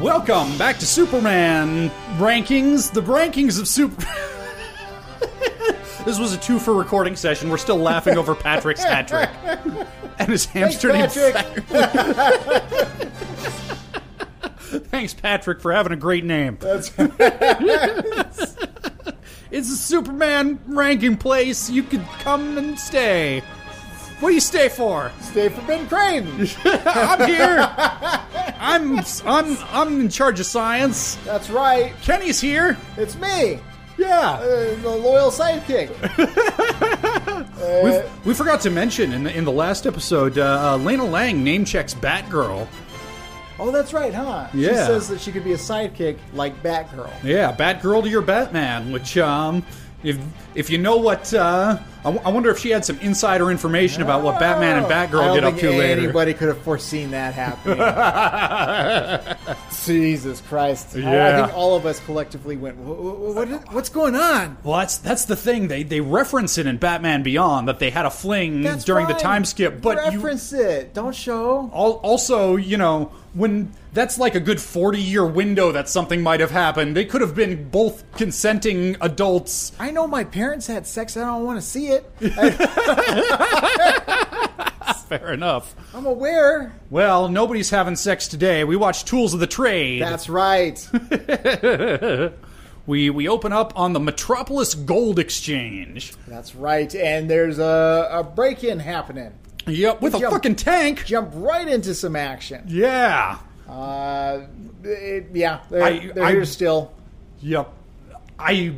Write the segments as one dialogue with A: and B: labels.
A: Welcome back to Superman rankings. The rankings of Super. this was a two for recording session. We're still laughing over Patrick's hat trick and his hamster named
B: Patrick.
A: Thanks, Patrick, for having a great name.
B: That's
A: It's a Superman ranking place. You could come and stay. What do you stay for?
B: Stay for Ben Crane.
A: I'm here. I'm I'm I'm in charge of science.
B: That's right.
A: Kenny's here.
B: It's me,
A: Yeah.
B: uh, the loyal sidekick.
A: We've, we forgot to mention in the, in the last episode, uh, uh, Lena Lang name checks Batgirl.
B: Oh, that's right, huh? She
A: Yeah.
B: says that she could be a sidekick like Batgirl.
A: Yeah, Batgirl to your Batman, which um, if if you know what, uh, I, w- I wonder if she had some insider information about what Batman and
B: I
A: Batgirl
B: don't
A: get up
B: think
A: to later.
B: Anybody could have foreseen that happening. Jesus Christ! I- I,
A: Yeah.
B: think all of us collectively went, "Wha- wha- wha- what is, "What's going on?"
A: Well, that's that's the thing. They they reference it in Batman Beyond that they had a fling
B: That's
A: during the
B: fine.
A: time skip, but you
B: reference it. Don't show.
A: al- also you know when that's like a good 40 year window that something might have happened they could have been both consenting adults
B: I know my parents had sex. I don't want to see it.
A: fair enough
B: I'm aware.
A: well nobody's having sex today we watch tools of the trade
B: That's right.
A: We we open up on the Metropolis Gold Exchange.
B: That's right. And there's a, a break in happening.
A: Yep, with a
B: Jump.
A: fucking tank.
B: Jump right into some action.
A: Yeah.
B: Uh, it, yeah, they're,
A: I-
B: they're
A: I-
B: here still.
A: Yep. I.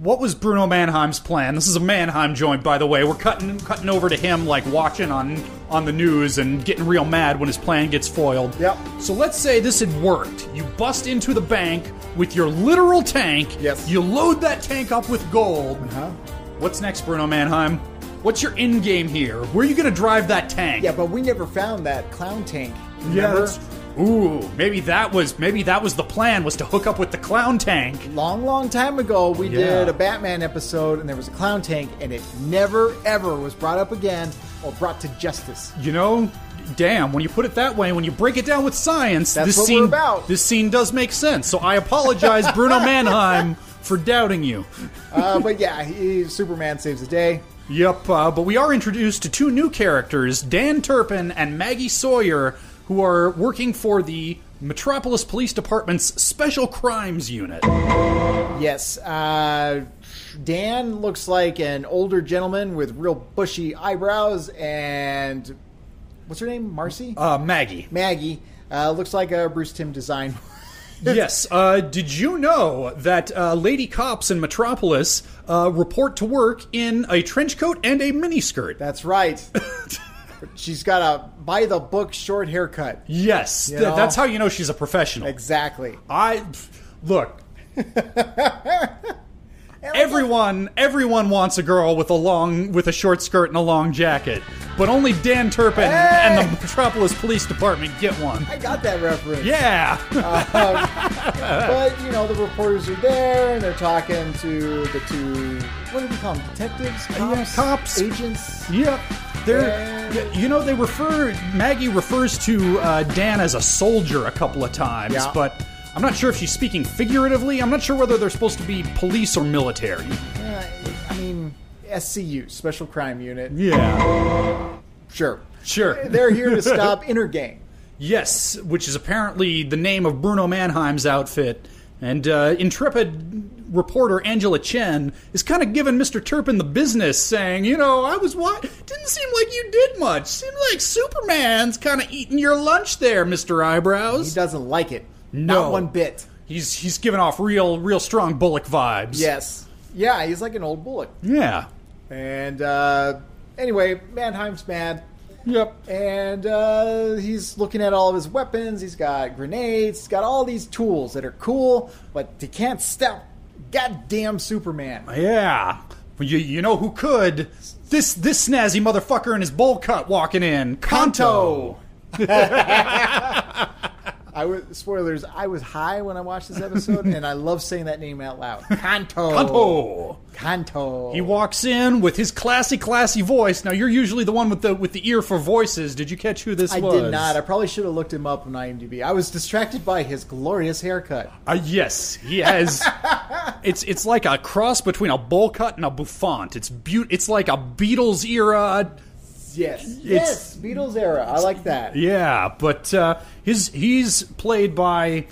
A: What was Bruno Mannheim's plan? This is a Mannheim joint, by the way. We're cutting cutting over to him, like watching on on the news and getting real mad when his plan gets foiled.
B: Yep.
A: So let's say this had worked. You bust into the bank with your literal tank.
B: Yes. Uh-huh.
A: You load that tank up with gold.
B: Huh?
A: What's next, Bruno Mannheim? What's your end game here? Where are you going to drive that tank?
B: Yeah, but we never found that clown tank.
A: Yeah.
B: Remember?
A: that's- Ooh, maybe that was maybe that was the plan was to hook up with the clown tank.
B: Long, long time ago, we
A: Yeah.
B: did a Batman episode, and there was a clown tank, and it never, ever was brought up again or brought to justice.
A: You know, damn. When you put it that way, when you break it down with science,
B: That's
A: this
B: what
A: scene
B: we're about.
A: this scene does make sense. So I apologize, Bruno Mannheim, for doubting you.
B: Uh, but yeah, he, Superman saves the day.
A: Yep, uh, but we are introduced to two new characters, Dan Turpin and Maggie Sawyer, who are working for the Metropolis Police Department's Special Crimes Unit.
B: Yes, uh, Dan looks like an older gentleman with real bushy eyebrows, and what's her name? Marcy?
A: Uh, Maggie.
B: Maggie uh, looks like a Bruce Tim design.
A: yes. Uh, did you know that uh, lady cops in Metropolis uh, report to work in a trench coat and a miniskirt?
B: That's right. She's got a by the book short haircut.
A: yes.
B: You
A: th-
B: know?
A: that's how you know she's a professional.
B: Exactly.
A: I pff, look. everyone, everyone wants a girl with a long, with a short skirt and a long jacket, but only Dan Turpin and the Metropolis Police Department get one.
B: I got that reference. Um,
A: Yeah.
B: But you know the reporters are there and they're talking to the two. What do we call them? Detectives, cops,
A: Uh, cops.
B: agents.
A: Yep. They're,
B: Yeah.
A: y- you know, they refer, Maggie refers to uh, Dan as a soldier a couple of times,
B: Yeah.
A: but I'm not sure if she's speaking figuratively. I'm not sure whether they're supposed to be police or military.
B: Uh, I mean, SCU, Special Crime Unit.
A: Yeah.
B: Sure.
A: Sure.
B: They're here to stop Intergang.
A: Yes, which is apparently the name of Bruno Mannheim's outfit. And uh, intrepid reporter Angela Chen is kind of giving Mr. Turpin the business, saying, "You know, I was what didn't seem like you did much. Seemed like Superman's kind of eating your lunch there, Mr.
B: He
A: Eyebrows."
B: doesn't like it.
A: No.
B: Not one bit.
A: he's he's giving off real real strong Bullock vibes.
B: Yes. Yeah, he's like an old bullock.
A: Yeah.
B: And uh, anyway, Mannheim's mad.
A: Yep.
B: And uh, he's looking at all of his weapons. He's got grenades. He's got all these tools that are cool, but they can't stop goddamn Superman.
A: Yeah. Well, you, you know who could? This this snazzy motherfucker in his bowl cut walking in.
B: Kanto. I was spoilers. I was high when I watched this episode, and I love saying that name out loud. Kanto. Oh.
A: Kanto.
B: Encanto.
A: He walks in with his classy, classy voice. Now you're usually the one with the with the ear for voices. Did you catch who this
B: I
A: was?
B: did not. I probably should have looked him up on IMDb. I was distracted by his glorious haircut.
A: Uh, yes, he has. it's it's like a cross between a bowl cut and a bouffant. It's beaut. It's like a Beatles era.
B: Yes, yes, Beatles era. I like that.
A: Yeah, but uh, his he's played by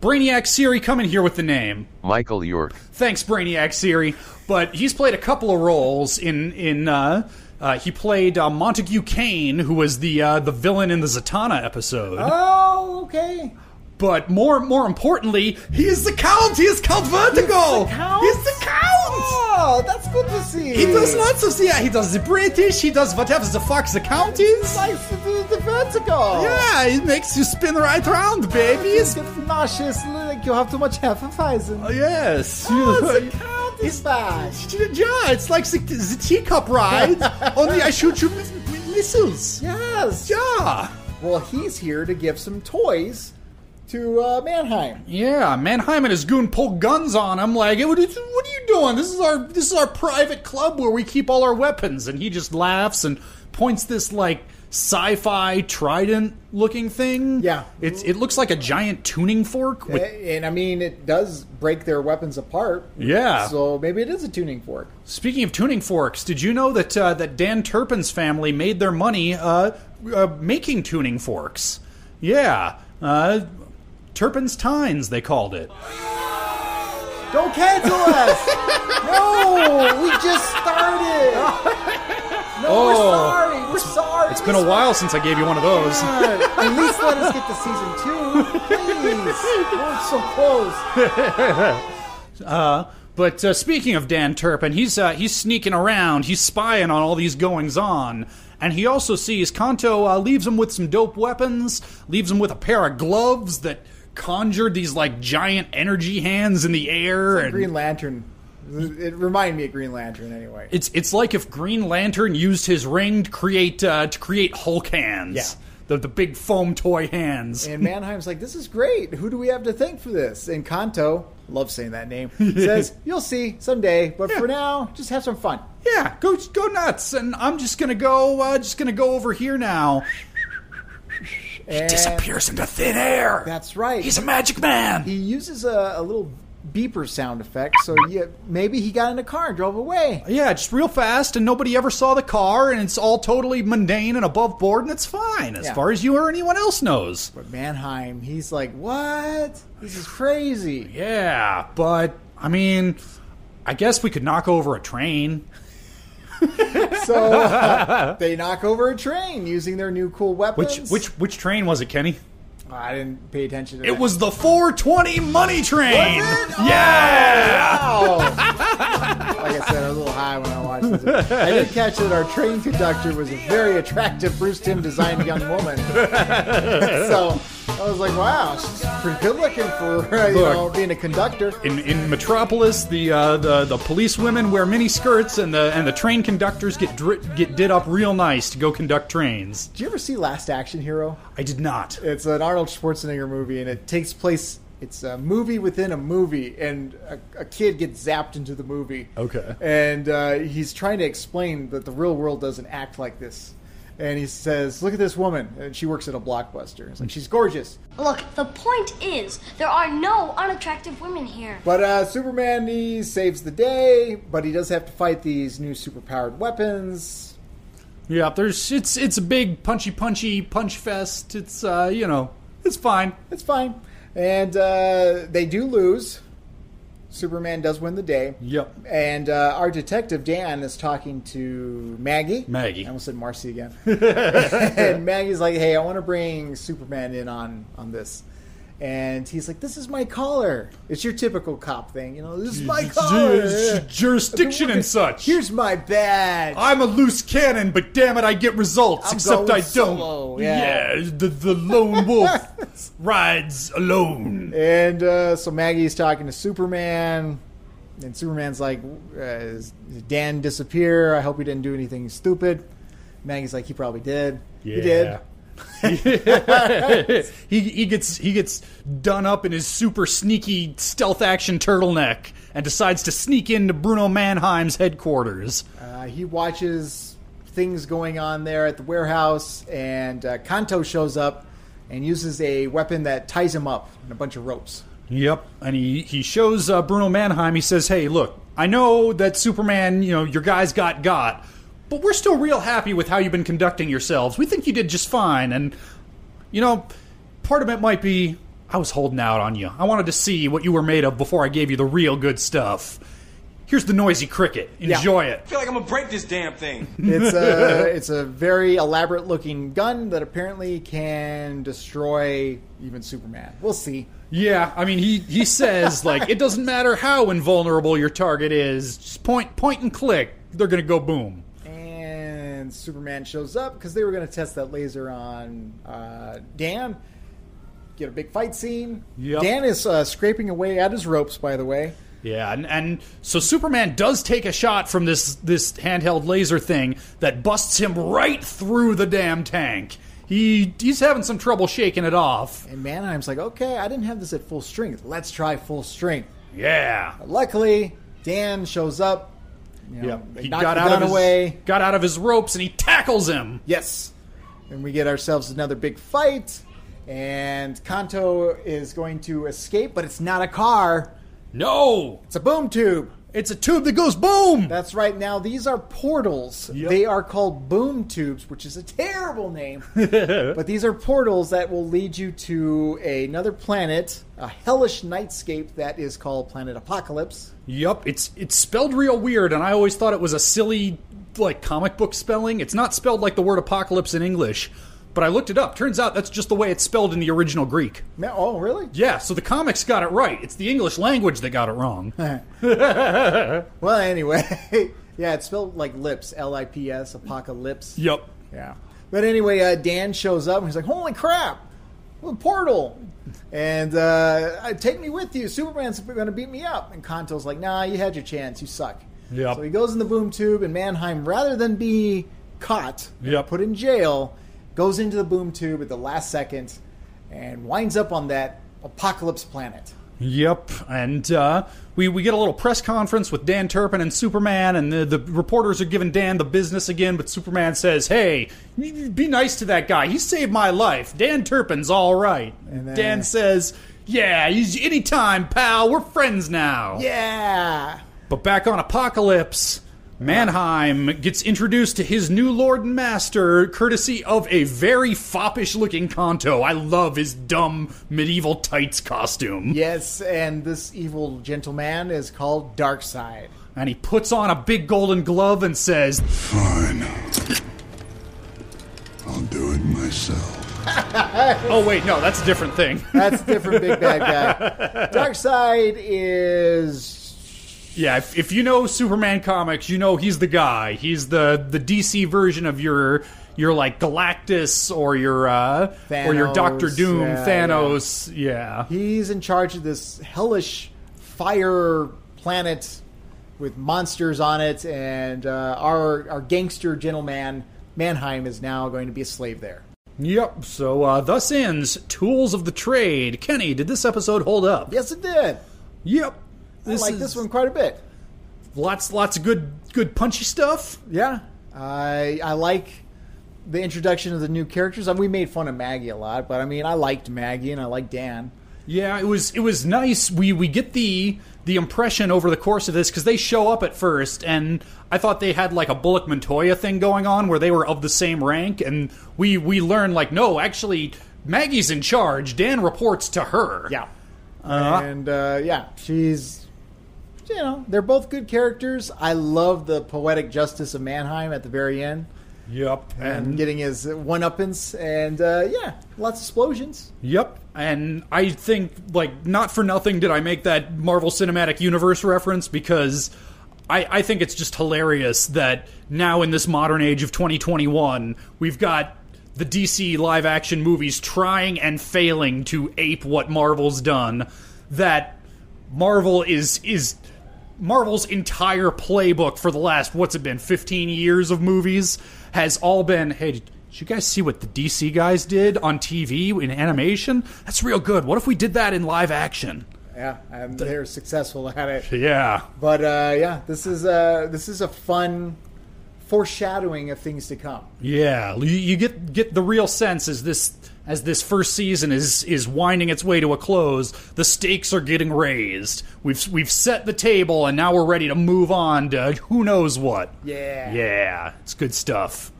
A: Brainiac Siri. Coming here with the name.
C: Michael York,
A: thanks brainiac siri but he's played a couple of roles in in uh, uh, he played uh, montague kane who was the uh, the villain in the zatanna episode
B: Oh, okay.
A: but more more importantly he is the count he is count vertigo
B: the Count?
A: he's the count
B: Oh, that's good to see.
A: he does lots of yeah he does the british he does whatever the fuck the count is
B: Nice to do the vertical.
A: yeah it makes you spin right round baby
B: You
A: It's-
B: get nauseous, like you have too much
A: Uh,
B: Hefeweizen.
A: yes
B: Oh, the count is back.
A: yeah it's like the, the teacup ride only i shoot you with with missiles
B: Yes.
A: Yeah.
B: Well, he's here to give some toys to uh, Mannheim.
A: Yeah, Mannheim and his goon pull guns on him. Like, what are what are you doing? This is our this is our private club where we keep all our weapons. And he just laughs and points this like sci-fi trident looking thing.
B: Yeah.
A: it's it looks like a giant tuning fork. With,
B: A- And I mean, it does break their weapons apart.
A: yeah.
B: So maybe it is a tuning fork.
A: Speaking of tuning forks, did you know that uh, that Dan Turpin's family made their money uh, uh, making tuning forks? Yeah, uh, Turpin's tines they called it.
B: Don't cancel us! no! We just started! No, we're sorry! We're sorry!
A: It's been a while since I gave you one of those.
B: At least let us get to season two, please! We're so close!
A: But uh, speaking of Dan Turpin, he's uh, he's sneaking around, he's spying on all these goings on, and he also sees Kanto uh, leaves him with some dope weapons, leaves him with a pair of gloves that conjured these like giant energy hands in the air, and
B: Green Lantern. It reminded me of Green Lantern anyway.
A: it's it's like if Green Lantern used his ring to create uh, to create Hulk hands,
B: Yeah.
A: the the big foam toy hands.
B: And Mannheim's like, this is great. Who do we have to thank for this? And Kanto, love saying that name, says, you'll see someday, but for now, just have some fun.
A: yeah, go go nuts, and I'm just gonna go uh, just gonna go over here now.
B: And
A: disappears into thin air.
B: That's right.
A: He's a magic man.
B: He uses a, a little beeper sound effect, so yeah, maybe he got in a car and drove away.
A: yeah, just real fast, and nobody ever saw the car, and it's all totally mundane and above board, and it's fine as
B: Yeah.
A: far as you or anyone else knows.
B: But Mannheim, he's like, what? This is crazy.
A: Yeah, but I mean, I guess we could knock over a train.
B: So uh, they knock over a train using their new cool
A: Which
B: weapons.
A: which which train was it, Kenny?
B: I didn't pay attention to
A: It was the 420 money train.
B: Was it? Oh,
A: Yeah.
B: Wow. like I said, I was a little high when I watched this. I did catch that our train conductor was a very attractive Bruce Tim designed young woman. so I was like, wow, she's pretty good looking for uh, you
A: Look.
B: know being a conductor.
A: In, in Metropolis, the, uh, the the police women wear mini skirts, and the and the train conductors get dri- get did up real nice to go conduct trains.
B: Did you ever see Last Action Hero?
A: I did not.
B: It's an Arnold Schwarzenegger movie, and it takes place. It's a movie within a movie, and a, a kid gets zapped into the movie.
A: Okay.
B: And uh, he's trying to explain that the real world doesn't act like this. And he says, "Look at this woman, and she works at a blockbuster. It's like she's gorgeous,
D: Look, the point is, there are no unattractive women here.
B: but uh, Superman he saves the day, but he does have to fight these new superpowered weapons.
A: Yeah, there's it's it's a big punchy punchy punch fest. It's uh, you know, it's fine.
B: It's fine, and uh, they do lose. Superman does win the day.
A: Yep.
B: And uh, our detective Dan is talking to Maggie.
A: Maggie.
B: I almost said Marcy again. and Maggie's like, "Hey, I want to bring Superman in on on this." And he's like, "This is my collar. It's your typical cop thing, you know. This is my collar.
A: Jurisdiction and such.
B: Here's my badge.
A: I'm a loose cannon, but damn it, I get results.
B: I'm
A: except
B: going
A: I don't.
B: solo, yeah.
A: the the lone wolf rides alone.
B: And uh, so Maggie's talking to Superman, and Superman's like, uh, is- did "Dan disappear? I hope he didn't do anything stupid." Maggie's like, "He probably did. He did."
A: he he gets he gets done up in his super sneaky stealth action turtleneck, and decides to sneak into Bruno Mannheim's headquarters.
B: Uh, he watches things going on there at the warehouse, and uh, Kanto shows up and uses a weapon that ties him up and a bunch of ropes.
A: Yep, and he he shows uh, Bruno Mannheim. He says, "Hey, look, I know that Superman, you know, your guys got got, but we're still real happy with how you've been conducting yourselves. We think you did just fine, and you know, part of it might be I was holding out on you. I wanted to see what you were made of before I gave you the real good stuff. Here's the noisy cricket.
B: Yeah.
A: Enjoy it."
C: I feel like I'm gonna break this damn thing.
B: It's a it's a very elaborate looking gun that apparently can destroy even Superman. We'll see.
A: Yeah, I mean, he, he says like it doesn't matter how invulnerable your target is, just point point and click, they're gonna go boom.
B: And Superman shows up because they were going to test that laser on uh, Dan. Get a big fight scene.
A: Yep.
B: Dan is uh, scraping away at his ropes, by the way.
A: Yeah, and, and so Superman does take a shot from this this handheld laser thing that busts him right through the damn tank. He he's having some trouble shaking it off.
B: And Manheim's like, okay, I didn't have this at full strength. Let's try full strength.
A: Yeah.
B: Luckily, Dan shows up. You know,
A: Yep.
B: they
A: He
B: knock
A: got
B: the
A: out
B: gun
A: of his,
B: away.
A: got out of his ropes and he tackles him.
B: Yes. And we get ourselves another big fight. And Kanto is going to escape, but it's not a car.
A: No.
B: It's a boom tube.
A: It's a tube that goes boom.
B: That's right. Now these are portals.
A: Yep.
B: They are called boom tubes, which is a terrible name. but these are portals that will lead you to another planet, a hellish nightscape that is called Planet Apocalypse.
A: Yup, it's it's spelled real weird, and I always thought it was a silly like comic book spelling. It's not spelled like the word apocalypse in English, but I looked it up. Turns out that's just the way it's spelled in the original Greek.
B: Ma- Oh, really?
A: Yeah, so the comics got it right. It's the English language that got it wrong.
B: Well, anyway, yeah, it's spelled like lips, L-I-P-S, Apocalypse.
A: yup.
B: Yeah. But anyway, uh, Dan shows up and he's like, "Holy crap! A portal!" And uh, "Uh, take me with you. Superman's going to beat me up. And Kanto's like, "Nah, you had your chance. You suck."
A: Yep.
B: So he goes in the boom tube, and Mannheim, rather than be caught, and
A: Yep.
B: put in jail, goes into the boom tube at the last second, and winds up on that apocalypse planet.
A: Yep, and uh, we we get a little press conference with Dan Turpin and Superman, and the, the reporters are giving Dan the business again. But Superman says, "Hey, you- you be nice to that guy. He saved my life. Dan Turpin's all right."
B: And then-
A: Dan says, "Yeah, he's anytime, pal. We're friends now."
B: Yeah.
A: But back on Apocalypse, Mannheim gets introduced to his new lord and master, courtesy of a very foppish-looking Kanto. I love his dumb medieval tights costume.
B: Yes, and this evil gentleman is called Darkseid.
A: and he puts on a big golden glove and says,
E: Fine. I'll do it myself.
A: "Oh wait, no, that's a different thing."
B: That's a different big bad guy. Darkseid is
A: yeah, if, if you know Superman comics, you know he's the guy. He's the the DC version of your your like Galactus or your uh, or your
B: Thanos,
A: Doctor Doom,
B: yeah,
A: Thanos. Yeah.
B: he's in charge of this hellish fire planet with monsters on it, and uh, our our gangster gentleman Mannheim is now going to be a slave there.
A: Yep. So uh, thus ends Tools of the Trade. Kenny, did this episode hold up?
B: Yes, it did.
A: Yep.
B: I like
A: is
B: this one quite a bit.
A: Lots lots of good good punchy stuff.
B: Yeah, I I like the introduction of the new characters. I mean, we made fun of Maggie a lot, but I mean, I liked Maggie and I liked Dan.
A: Yeah, it was it was nice. We we get the the impression over the course of this because they show up at first, and I thought they had like a Bullock Montoya thing going on where they were of the same rank, and we we learn like no, actually Maggie's in charge. Dan reports to her.
B: Yeah.
A: Uh,
B: and uh, yeah, she's you know they're both good characters. I love the poetic justice of Mannheim at the very end
A: Yep.
B: and,
A: And
B: getting his one uppance and uh, yeah, lots of explosions.
A: yep. And I think like not for nothing did I make that Marvel Cinematic Universe reference because. I, I think it's just hilarious that now in this modern age of 2021, we've got the DC live action movies trying and failing to ape what Marvel's done. That Marvel is is Marvel's entire playbook for the last what's it been 15 years of movies has all been hey did you guys see what the DC guys did on TV in animation? That's real good. What if we did that in live action?
B: yeah, and they're successful at it.
A: Yeah.
B: But uh, yeah, this is a this is a fun foreshadowing of things to come.
A: Yeah, you, you get get the real sense as this as this first season is is winding its way to a close. The stakes are getting raised. We've we've set the table, and now we're ready to move on to who knows what.
B: Yeah.
A: yeah, it's good stuff.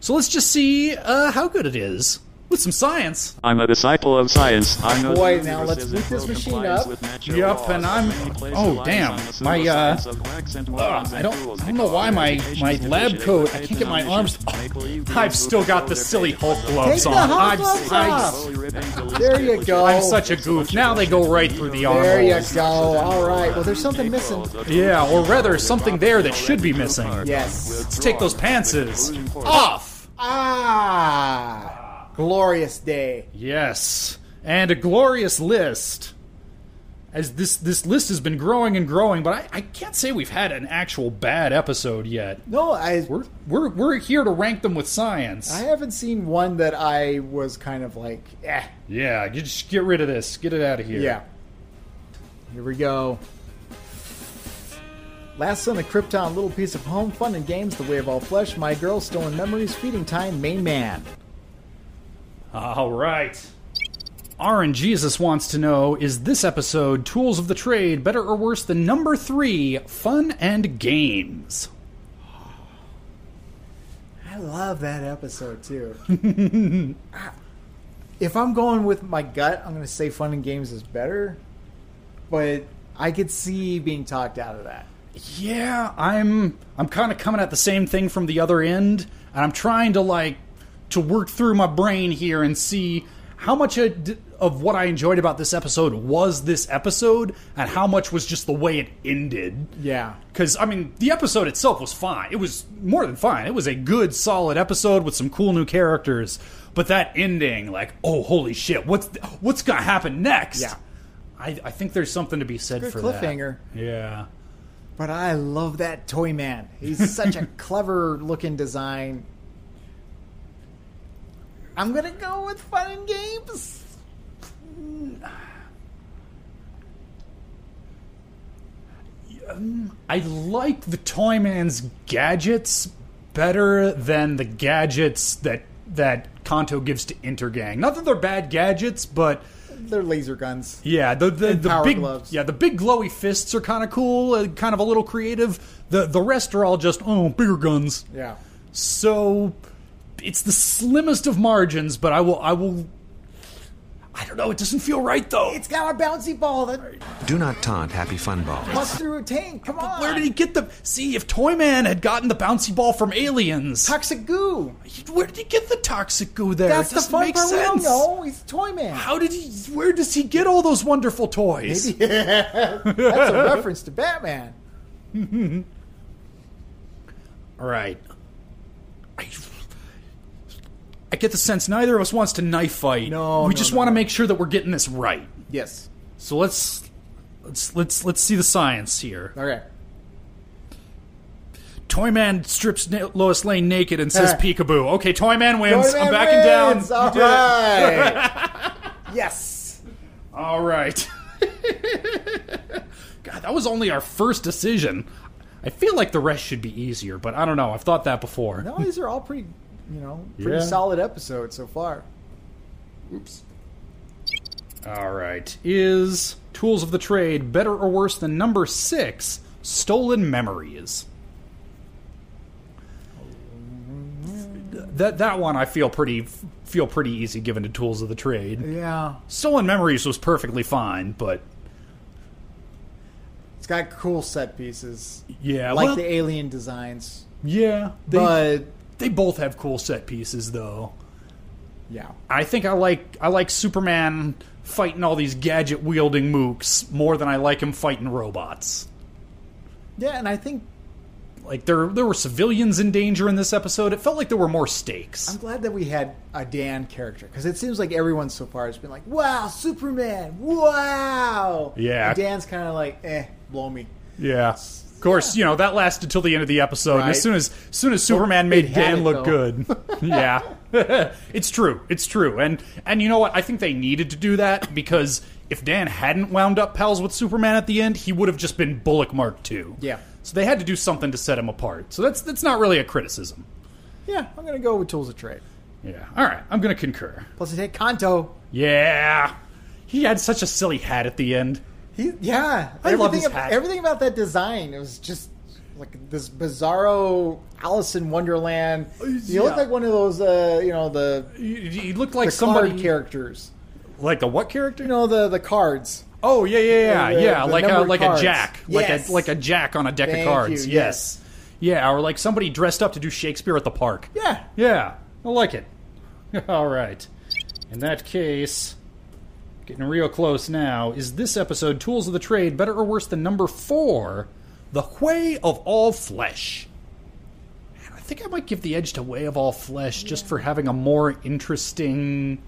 A: So let's just see uh, how good it is with some science.
F: I'm a disciple of science. I know
B: Boy,
F: the
B: now
F: universe
B: let's
F: is
B: boot
F: in
B: this
F: full
B: machine
F: compliance
B: up.
F: with natural
A: Yep,
F: laws.
A: and I'm-
F: Many places
A: oh,
F: relies
A: damn.
F: on the
A: My, uh,
F: pseudoscience of wax and
A: Ugh,
F: hormones
A: I
F: and
A: don't,
F: tools
A: I
F: that
A: don't know why
F: cause
A: my,
F: medications
A: my
F: to
A: lab
F: initiate
A: coat, I
F: faith
A: can't get
F: in
A: my
F: our
A: arms.
F: mission. Make believe beings
A: I've still
F: who
A: got the
F: control their
A: silly
F: fate.
A: Hulk gloves
B: Take
A: on.
B: the Hulk
A: I'm,
B: gloves
A: I'm-
B: off!
F: There
B: you go.
A: I'm such a goof. Now they go right through the arm.
B: There you
A: holes.
B: go. All right. Well, there's something missing.
A: Yeah, or rather, something there that should be missing.
B: Yes.
A: Let's take those pantses off.
B: Ah, glorious day.
A: Yes, and a glorious list. As this this list has been growing and growing, but I, I can't say we've had an actual bad episode yet.
B: No, I
A: We're we're we're here to rank them with science.
B: I haven't seen one that I was kind of like, eh.
A: yeah, you just get rid of this. Get it out of here.
B: Yeah. Here we go. Last Son of Krypton, Little Piece of Home, Fun and Games, The Way of All Flesh, My Girl, Stolen Memories, Feeding Time, Main Man.
A: All right. RN Jesus wants to know Is this episode, Tools of the Trade, better or worse than number three, Fun and Games?
B: I love that episode too. if I'm going with my gut, I'm going to say Fun and Games is better, but I could see being talked out of that.
A: Yeah, I'm I'm kind of coming at the same thing from the other end, and I'm trying to like to work through my brain here and see how much I d- of what I enjoyed about this episode was this episode, and how much was just the way it ended.
B: Yeah.
A: Because, I mean, the episode itself was fine. It was more than fine. It was a good, solid episode with some cool new characters. But that ending, like, oh, holy shit, what's th- what's going to happen next?
B: Yeah.
A: I, I think there's something to be said
B: Good
A: for
B: cliffhanger.
A: that. Yeah.
B: But I love that Toy Man. He's such a clever looking design. I'm going to go with Fun and Games.
A: I like the Toyman's gadgets better than the gadgets that that Kanto gives to Intergang. Not that they're bad gadgets, but
B: They're laser guns.
A: Yeah, the the,
B: And
A: the
B: power
A: big
B: gloves.
A: yeah the big glowy fists are kind of cool, uh, kind of a little creative. The the rest are all just oh bigger guns.
B: Yeah.
A: So it's the slimmest of margins, but I will I will. I don't know. It doesn't feel right though.
B: It's got a bouncy ball that
G: Do not taunt Happy Fun Ball.
B: busts through a tank. Come on.
A: where did he get the? See, if Toyman had gotten the bouncy ball from Aliens,
B: Toxic goo.
A: where did he get the toxic goo there?
B: That's
A: it
B: the
A: doesn't
B: fun
A: make
B: part. We don't
A: sense.
B: know. He's Toy Man.
A: How did he? Where does he get all those wonderful toys?
B: That's a reference to Batman.
A: All right. I, I get the sense neither of us wants to knife fight.
B: No,
A: we
B: no,
A: just
B: no,
A: want to
B: no.
A: make sure that we're getting this right.
B: Yes.
A: So let's let's let's let's see the science here.
B: Okay.
A: Toyman strips Na- Lois Lane naked and says peekaboo. Okay, Toyman wins.
B: Eh. Toy Man
A: I'm backing
B: wins.
A: down.
B: All
A: You did it.
B: right. yes.
A: All right. God, that was only our first decision. I feel like the rest should be easier, but I don't know. I've thought that before.
B: No, these are all pretty, you know, pretty
A: Yeah.
B: solid episodes so far.
A: All right. Is Tools of the Trade better or worse than number six, Stolen Memories? That that one I feel pretty feel pretty easy given to Tools of the Trade.
B: Yeah.
A: Stolen Memories was perfectly fine, but
B: It's got cool set pieces,
A: yeah,
B: like
A: well,
B: the alien designs.
A: yeah, they
B: but
A: they both have cool set pieces though.
B: yeah,
A: I think I like I like Superman fighting all these gadget wielding mooks more than I like him fighting robots.
B: yeah, and I think
A: like there there were civilians in danger in this episode. It felt like there were more stakes.
B: I'm glad that we had a Dan character because it seems like everyone so far has been like, "Wow, Superman! Wow!"
A: Yeah.
B: And Dan's kind of like, "Eh, blow me."
A: yeah. Of course, you know that lasted till the end of the episode. And as
B: Right.
A: soon as, as soon as Superman
B: it
A: made
B: had
A: Dan
B: it,
A: look
B: though.
A: good, yeah, it's true, it's true. And and you know what? I think they needed to do that because if Dan hadn't wound up pals with Superman at the end, he would have just been Bullock Mark II.
B: Yeah.
A: So they had to do something to set him apart. So that's that's not really a criticism.
B: Yeah, I'm gonna go with Tools of Trade.
A: Yeah. All right. I'm gonna concur.
B: Plus, they take Kanto.
A: Yeah. He had such a silly hat at the end.
B: He, yeah,
A: I love his
B: ab-
A: hat.
B: Everything about that design it was just like this bizarro Alice in Wonderland. He
A: Oh,
B: looked
A: yeah.
B: like one of those, uh, you know, the,
A: He, he looked like
B: the
A: somebody
B: card characters.
A: like a what character?
B: You know, the the cards.
A: Oh yeah, yeah, yeah,
B: The-
A: yeah.
B: the
A: like a
B: numbered
A: like
B: cards.
A: a jack,
B: Yes.
A: like a like a jack on a deck
B: Thank
A: of cards.
B: you,
A: yes. yeah, or like somebody dressed up to do Shakespeare at the park.
B: Yeah,
A: yeah, I like it. All right, in that case, getting real close now. Is this episode Tools of the Trade better or worse than number four, The Way of All Flesh? Man, I think I might give the edge to Way of All Flesh just for having a more interesting.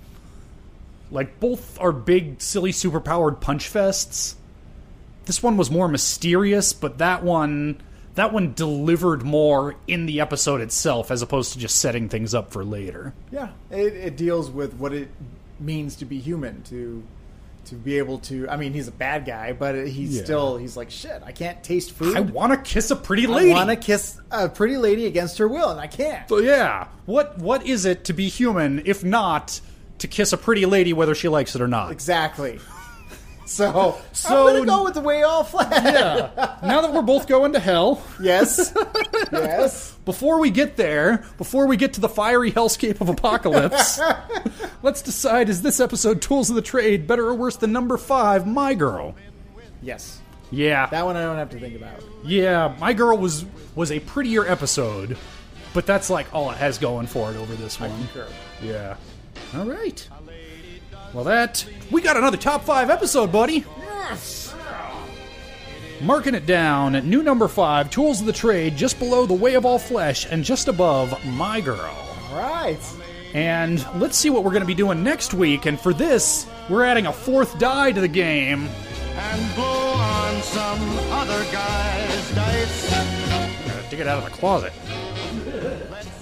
A: Like both are big, silly, superpowered punch fests. This one was more mysterious, but that one that one delivered more in the episode itself as opposed to just setting things up for later.
B: yeah. It, it deals with what it means to be human to to be able to. I mean, he's a bad guy, but he's
A: Yeah.
B: still he's like shit. I can't taste food.
A: I want to kiss a pretty
B: I
A: lady. Oh,
B: want to kiss a pretty lady against her will, and I can't.
A: yeah. What what is it to be human if not to kiss a pretty lady whether she likes it or not?
B: Exactly. So,
A: So-
B: I'm gonna go with the way all flat.
A: Now that we're both going to hell,
B: Yes. yes.
A: before we get there, before we get to the fiery hellscape of apocalypse, let's decide is this episode Tools of the Trade better or worse than number 5, My Girl?
B: Yes.
A: Yeah.
B: That one I don't have to think about.
A: Yeah, My Girl was was a prettier episode, but that's like all it has going for it over this one.
B: Sure.
A: Yeah. All right. Well, that we got another top five episode, buddy.
B: Yes.
A: Marking it down at new number five, Tools of the Trade, just below The Way of All Flesh, and just above My Girl.
B: All right.
A: And let's see what we're going to be doing next week. And for this, we're adding a fourth die to the game. And blow on some other guy's dice. Gotta dig it out of the closet.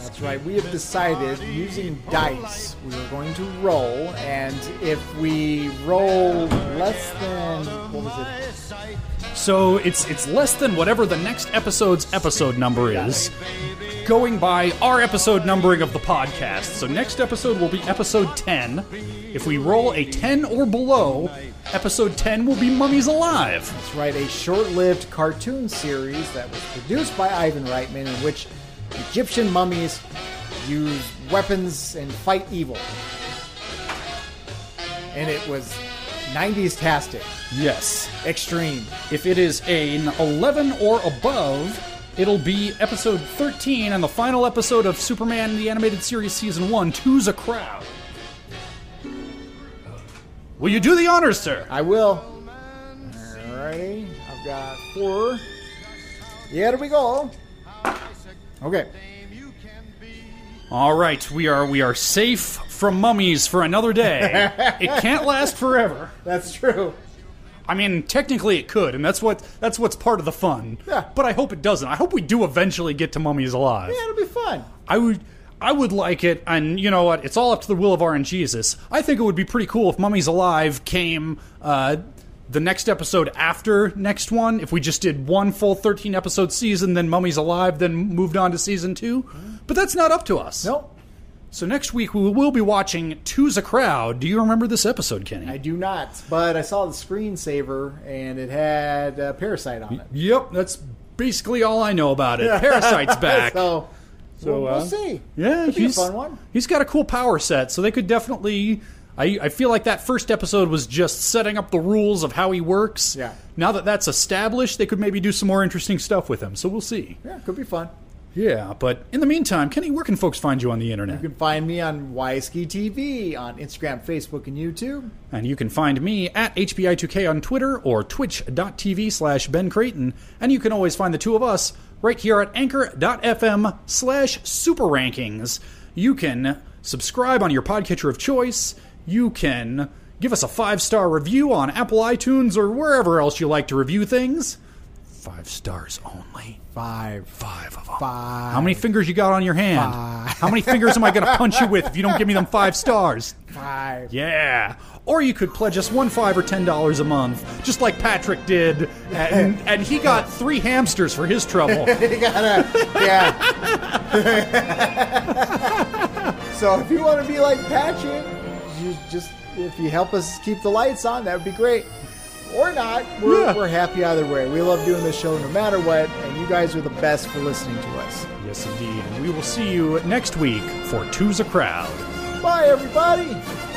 B: That's right. We have decided using dice, we are going to roll, and if we roll less than what was
A: So it's it's less than whatever the next episode's episode number is. Going by our episode numbering of the podcast. So next episode will be episode 10. If we roll a 10 or below, episode 10 will be Mummies Alive.
B: it? Right, a short-lived cartoon series that was produced by Ivan Reitman, in which Egyptian mummies use weapons and fight evil, and it was 90s tastic,
A: Yes.
B: extreme.
A: If it is an 11 or above, it'll be episode 13 and the final episode of Superman the Animated Series Season 1, Two's a Crowd. Will you do the honors, sir?
B: I will. Alrighty, I've got four. Yeah, there we go. Okay.
A: All right, we are we are safe from mummies for another day. it can't last forever.
B: That's true.
A: I mean, technically it could, and that's what that's what's part of the fun.
B: Yeah.
A: But I hope it doesn't. I hope we do eventually get to mummies alive.
B: Yeah, it'll be fun.
A: I would I would like it, and you know what? It's all up to the will of our and Jesus. I think it would be pretty cool if Mummies Alive came uh, the next episode after next one. If we just did one full thirteen episode season, then Mummies Alive, then moved on to season two. But that's not up to us.
B: Nope,
A: So next week we will be watching Two's a Crowd. Do you remember this episode, Kenny?
B: I do not. But I saw the screensaver and it had uh, Parasite on it.
A: Yep, that's basically all I know about it. Parasite's back.
B: So, we'll, we'll
A: uh,
B: see.
A: Yeah,
B: It'll be a
A: he's
B: fun one.
A: He's got a cool power set, so they could definitely. I, I feel like that first episode was just setting up the rules of how he works.
B: Yeah.
A: Now that that's established, they could maybe do some more interesting stuff with him. So we'll see.
B: Yeah, could be fun.
A: Yeah, but in the meantime, Kenny, where can folks find you on the internet?
B: You can find me on Yski TV on Instagram, Facebook, and YouTube.
A: And you can find me at HBI2K on Twitter or twitch.tv slash Ben Creighton. And you can always find the two of us right here at anchor.fm slash super rankings. You can subscribe on your podcatcher of choice. You can give us a five star review on Apple iTunes or wherever else you like to review things Five stars only.
B: Five.
A: Five of them.
B: Five.
A: How many fingers you got on your hand? How many fingers am I going to punch you with if you don't give me them five stars?
B: Five.
A: Yeah. Or you could pledge us one, five, or ten dollars a month, just like Patrick did, and, and he got three hamsters for his trouble.
B: You gotta, yeah. so if you want to be like Patrick, you just if you help us keep the lights on, that would be great. Or not, we're,
A: Yeah.
B: we're happy either way. We love doing this show no matter what, and you guys are the best for listening to us.
A: yes, indeed. And we will see you next week for Two's a Crowd.
B: Bye, everybody.